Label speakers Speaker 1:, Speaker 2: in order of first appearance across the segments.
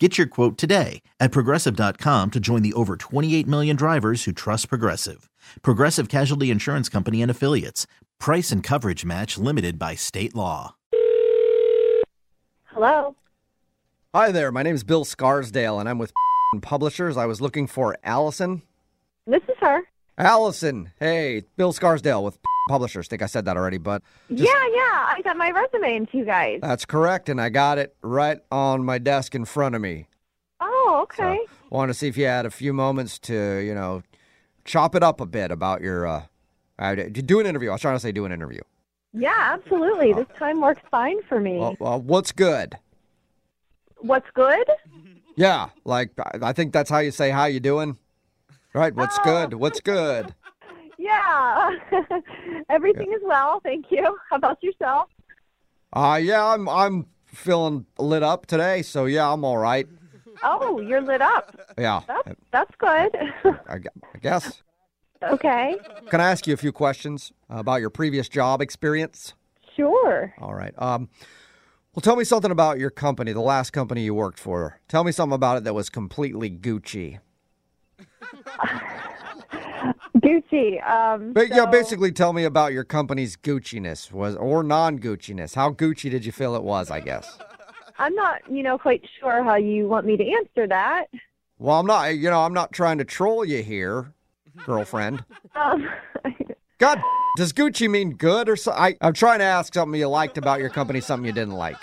Speaker 1: Get your quote today at progressive.com to join the over 28 million drivers who trust Progressive. Progressive Casualty Insurance Company and Affiliates. Price and coverage match limited by state law.
Speaker 2: Hello.
Speaker 3: Hi there, my name is Bill Scarsdale, and I'm with Publishers. I was looking for Allison.
Speaker 2: This is her.
Speaker 3: Allison, hey, it's Bill Scarsdale with Publishers. Think I said that already, but
Speaker 2: yeah, yeah. I got my resume into you guys.
Speaker 3: that's correct, and I got it right on my desk in front of me.
Speaker 2: oh, okay.
Speaker 3: Want to see if you had a few moments to, you know, chop it up a bit about your. uh I- do an interview. I was trying to say do an interview.
Speaker 2: yeah, absolutely. this time works fine for me.
Speaker 3: Well, well, what's good?
Speaker 2: What's good?
Speaker 3: Yeah, like I- I think that's how you say how you doing, right? What's good? What's good?
Speaker 2: Yeah. Everything is well. Thank you. How about yourself?
Speaker 3: Uh yeah, I'm I'm feeling lit up today, so yeah, I'm all right.
Speaker 2: Oh, you're lit up.
Speaker 3: Yeah,
Speaker 2: That's, that's good.
Speaker 3: I, gu- I guess.
Speaker 2: okay.
Speaker 3: Can I ask you a few questions about your previous job experience?
Speaker 2: Sure.
Speaker 3: All right. Um, well, tell me something about your company, the last company you worked for. Tell me something about it that was completely Gucci.
Speaker 2: Gucci. Um,
Speaker 3: But yeah,
Speaker 2: so-
Speaker 3: basically, tell me about your company's Gucciness was or non-Gucciness. How Gucci did you feel it was? I guess.
Speaker 2: I'm not, you know, quite sure how you want me to answer that.
Speaker 3: Well, I'm not. You know, I'm not trying to troll you here, girlfriend.
Speaker 2: Um,
Speaker 3: God, does Gucci mean good or so? I, I'm trying to ask something you liked about your company, something you didn't like.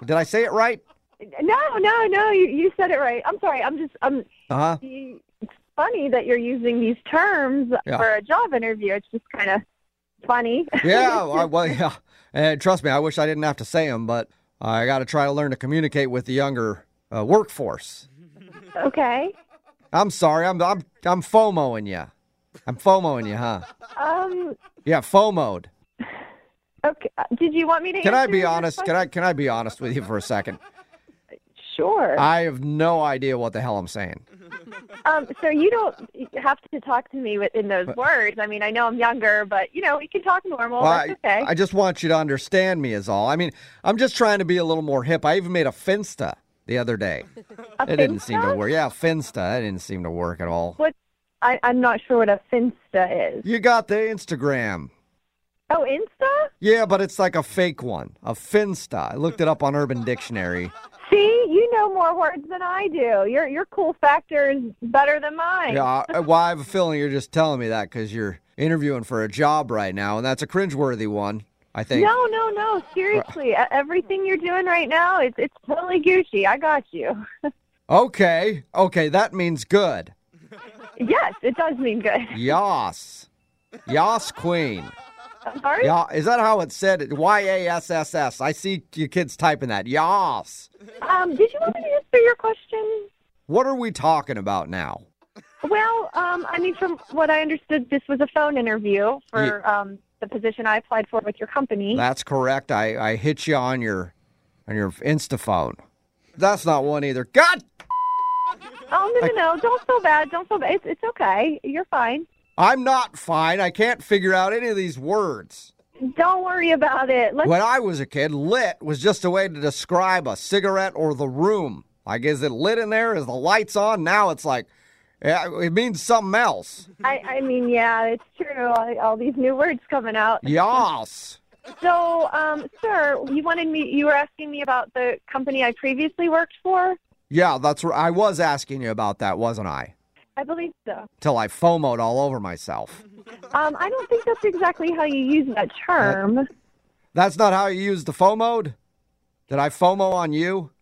Speaker 3: Did I say it right?
Speaker 2: no, no, no. You, you said it right. I'm sorry. I'm just, I'm,
Speaker 3: Uh huh.
Speaker 2: it's funny that you're using these terms
Speaker 3: Yeah.
Speaker 2: for a job interview. It's just kind of funny.
Speaker 3: yeah, I, well, yeah. And trust me, I wish I didn't have to say them, but I got to try to learn to communicate with the younger uh, workforce.
Speaker 2: okay.
Speaker 3: I'm sorry, I'm I'm I'm FOMOing you. I'm FOMOing you, huh?
Speaker 2: Um.
Speaker 3: Yeah, FOMOed.
Speaker 2: Okay. uh, Did you want me to?
Speaker 3: Can I be honest? Can I can I be honest with you for a second?
Speaker 2: Sure.
Speaker 3: I have no idea what the hell I'm saying.
Speaker 2: um. So you don't have to talk to me with, in those words. I mean, I know I'm younger, but you know, we can talk normal.
Speaker 3: Well,
Speaker 2: Oh, That's okay.
Speaker 3: I, I just want you to understand me is all. I mean, I'm just trying to be a little more hip. I even made a finsta the other day.
Speaker 2: A
Speaker 3: It didn't seem to
Speaker 2: finsta?
Speaker 3: work. Yeah, finsta. That didn't seem to work at all.
Speaker 2: What? I, I'm not sure what a finsta is.
Speaker 3: You got the Instagram.
Speaker 2: Oh, insta?
Speaker 3: Yeah, but it's like a fake one, a Finsta. I looked it up on Urban Dictionary.
Speaker 2: See, you know more words than I do. Your your cool factor is better than mine.
Speaker 3: Yeah, I, well, I have a feeling you're just telling me that because you're interviewing for a job right now, and that's a cringeworthy one, I think.
Speaker 2: No, no, no. Seriously, e- everything you're doing right now, it's it's totally Gucci. I got you.
Speaker 3: Okay, okay, that means good.
Speaker 2: Yes, it does mean good.
Speaker 3: Yas. Yas Queen.
Speaker 2: I'm sorry.
Speaker 3: Yeah, is that how it said it? Y A S S S. I see you kids typing that. Yas.
Speaker 2: Um, did you want me to answer your question?
Speaker 3: What are we talking about now?
Speaker 2: Well, um, I mean, from what I understood, this was a phone interview for um, the position I applied for with your company.
Speaker 3: That's correct. I, I hit you on your on your Instaphone. That's not one either. God
Speaker 2: Oh no, no, no! Don't feel bad. Don't feel bad. It's it's okay. You're fine.
Speaker 3: I'm not fine. I can't figure out any of these words.
Speaker 2: Don't worry about it. Let's.
Speaker 3: When I was a kid, lit was just a way to describe a cigarette or the room. Like, is it lit in there? Is the lights on? Now it's like, yeah, it means something else.
Speaker 2: I, I mean, yeah, it's true. All, all these new words coming out.
Speaker 3: Yas.
Speaker 2: So, um, sir, you wanted me. You were asking me about the company I previously worked for.
Speaker 3: Yeah, that's right. I was asking you about that, wasn't I?
Speaker 2: I believe so.
Speaker 3: Till I FOMOed all over myself.
Speaker 2: Um, I don't think that's exactly how you use that term.
Speaker 3: Uh, That's not how you use the FOMOed? Did I FOMO on you?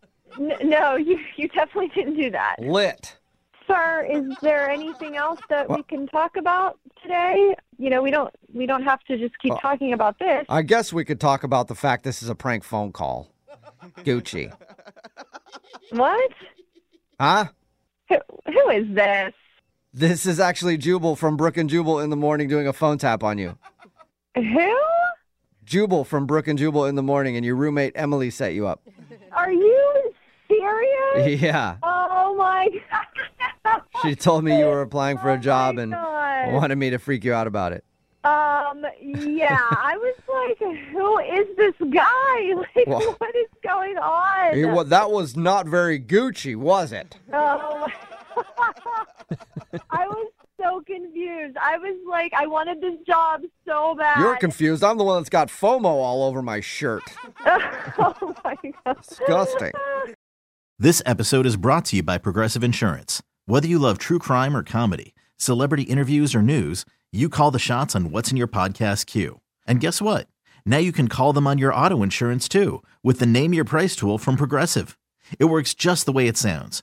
Speaker 2: N- no, you you definitely didn't do that,
Speaker 3: Lit.
Speaker 2: sir. Is there anything else that we can talk about today? You know, we don't we don't have to just keep talking about this.
Speaker 3: I guess we could talk about the fact this is a prank phone call. Gucci.
Speaker 2: What?
Speaker 3: Huh?
Speaker 2: Who, who is this?
Speaker 3: This is actually Jubal from Brook and Jubal in the morning doing a phone tap on you.
Speaker 2: Who?
Speaker 3: Jubal from Brook and Jubal in the morning, and your roommate Emily set you up.
Speaker 2: Are you serious?
Speaker 3: Yeah.
Speaker 2: Oh my god.
Speaker 3: She told me you were applying for a job
Speaker 2: Oh my
Speaker 3: and
Speaker 2: God.
Speaker 3: wanted me to freak you out about it.
Speaker 2: Um, yeah, I was like, who is this guy? Like,
Speaker 3: Well-
Speaker 2: what is going on?
Speaker 3: Hey, well, that was not very Gucci, was it?
Speaker 2: Oh. I was so confused. I was like, I wanted this job so bad.
Speaker 3: You're confused. I'm the one that's got FOMO all over my shirt.
Speaker 2: oh my god.
Speaker 3: Disgusting.
Speaker 1: This episode is brought to you by Progressive Insurance. Whether you love true crime or comedy, celebrity interviews or news, you call the shots on what's in your podcast queue. And guess what? Now you can call them on your auto insurance too with the Name Your Price tool from Progressive. It works just the way it sounds.